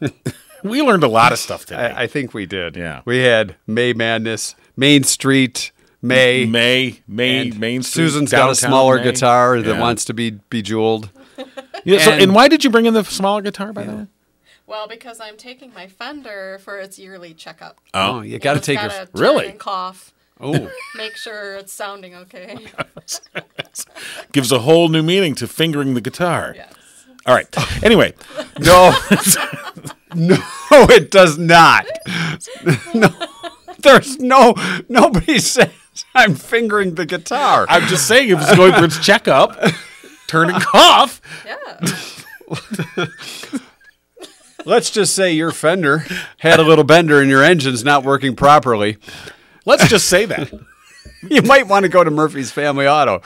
B: bad. we learned a lot of stuff today.
A: I, I think we did.
B: Yeah.
A: We had May Madness, Main Street, May.
B: May, May,
A: and
B: Main Street.
A: Susan's
B: downtown
A: got a smaller
B: May.
A: guitar that
B: Yeah.
A: wants to be bejeweled.
B: Yeah, so, and,
A: and-
B: why did you bring in the smaller guitar, by the way?
C: Well, because I'm taking my Fender for its yearly checkup.
A: Oh, you got to
C: It's
A: take
C: gotta
A: your.
C: turn
B: Really?
C: and cough.
A: Oh,
C: Make sure it's sounding okay.
B: Gives a whole new meaning to fingering the guitar.
C: Yes.
B: All right. Anyway,
A: no. no, it does not. no. There's no. Nobody says I'm fingering the guitar.
B: I'm just saying if it's going for its checkup, turn and cough.
C: Yeah.
A: Let's just say your fender had a little bender and your engine's not working properly.
B: Let's just say that.
A: You might want to go to Murphy's Family Auto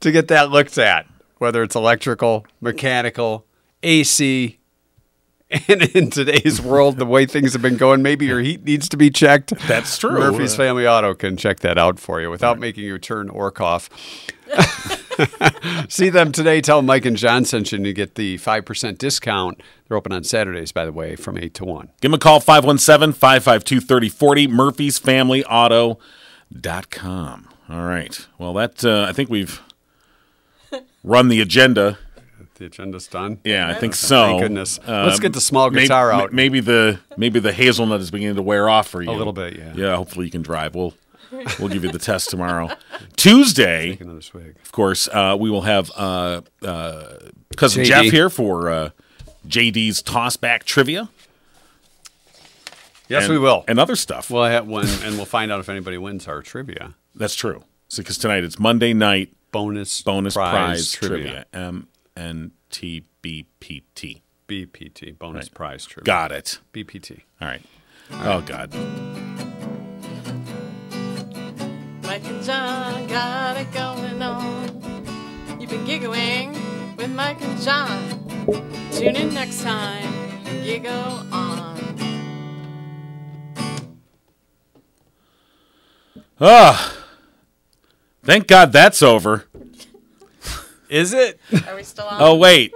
A: to get that looked at, whether it's electrical, mechanical, AC. And in today's world, the way things have been going, maybe your heat needs to be checked.
B: That's true.
A: Murphy's Family Auto can check that out for you without making you turn or cough. See them today. Tell Mike and John sent you and you get the 5% discount. They're open on Saturdays, by the way, from 8 to 1.
B: Give them a call 517 552 3040, Murphy's Family Auto. Dot com. All right. Well, that uh, I think we've run the agenda.
A: The agenda's done.
B: Yeah, uh, I think so.
A: Thank goodness. Let's get the small guitar
B: maybe,
A: out.
B: Maybe the maybe the hazelnut is beginning to wear off for you
A: A little bit, yeah.
B: Yeah, hopefully you can drive. We'll we'll give you the test tomorrow. Tuesday,
A: Another swig.
B: of course, uh, we will have uh, uh, cousin
A: JD.
B: Jeff here for uh, JD's toss back trivia.
A: Yes,
B: and-
A: we will.
B: and other stuff.
A: We'll have one, and we'll find out if anybody wins our trivia
B: That's true. Because tonight it's Monday night
A: bonus
B: bonus prize, trivia. M N T B P T.
A: BPT bonus prize trivia.
B: Got it.
A: BPT.
B: All right. Oh God.
C: Mike and John got it going on. You've been giggling with Mike and John. Tune in next time. and Giggle on.
B: Thank God that's over.
A: Is it?
C: Are we still on?
B: Oh wait.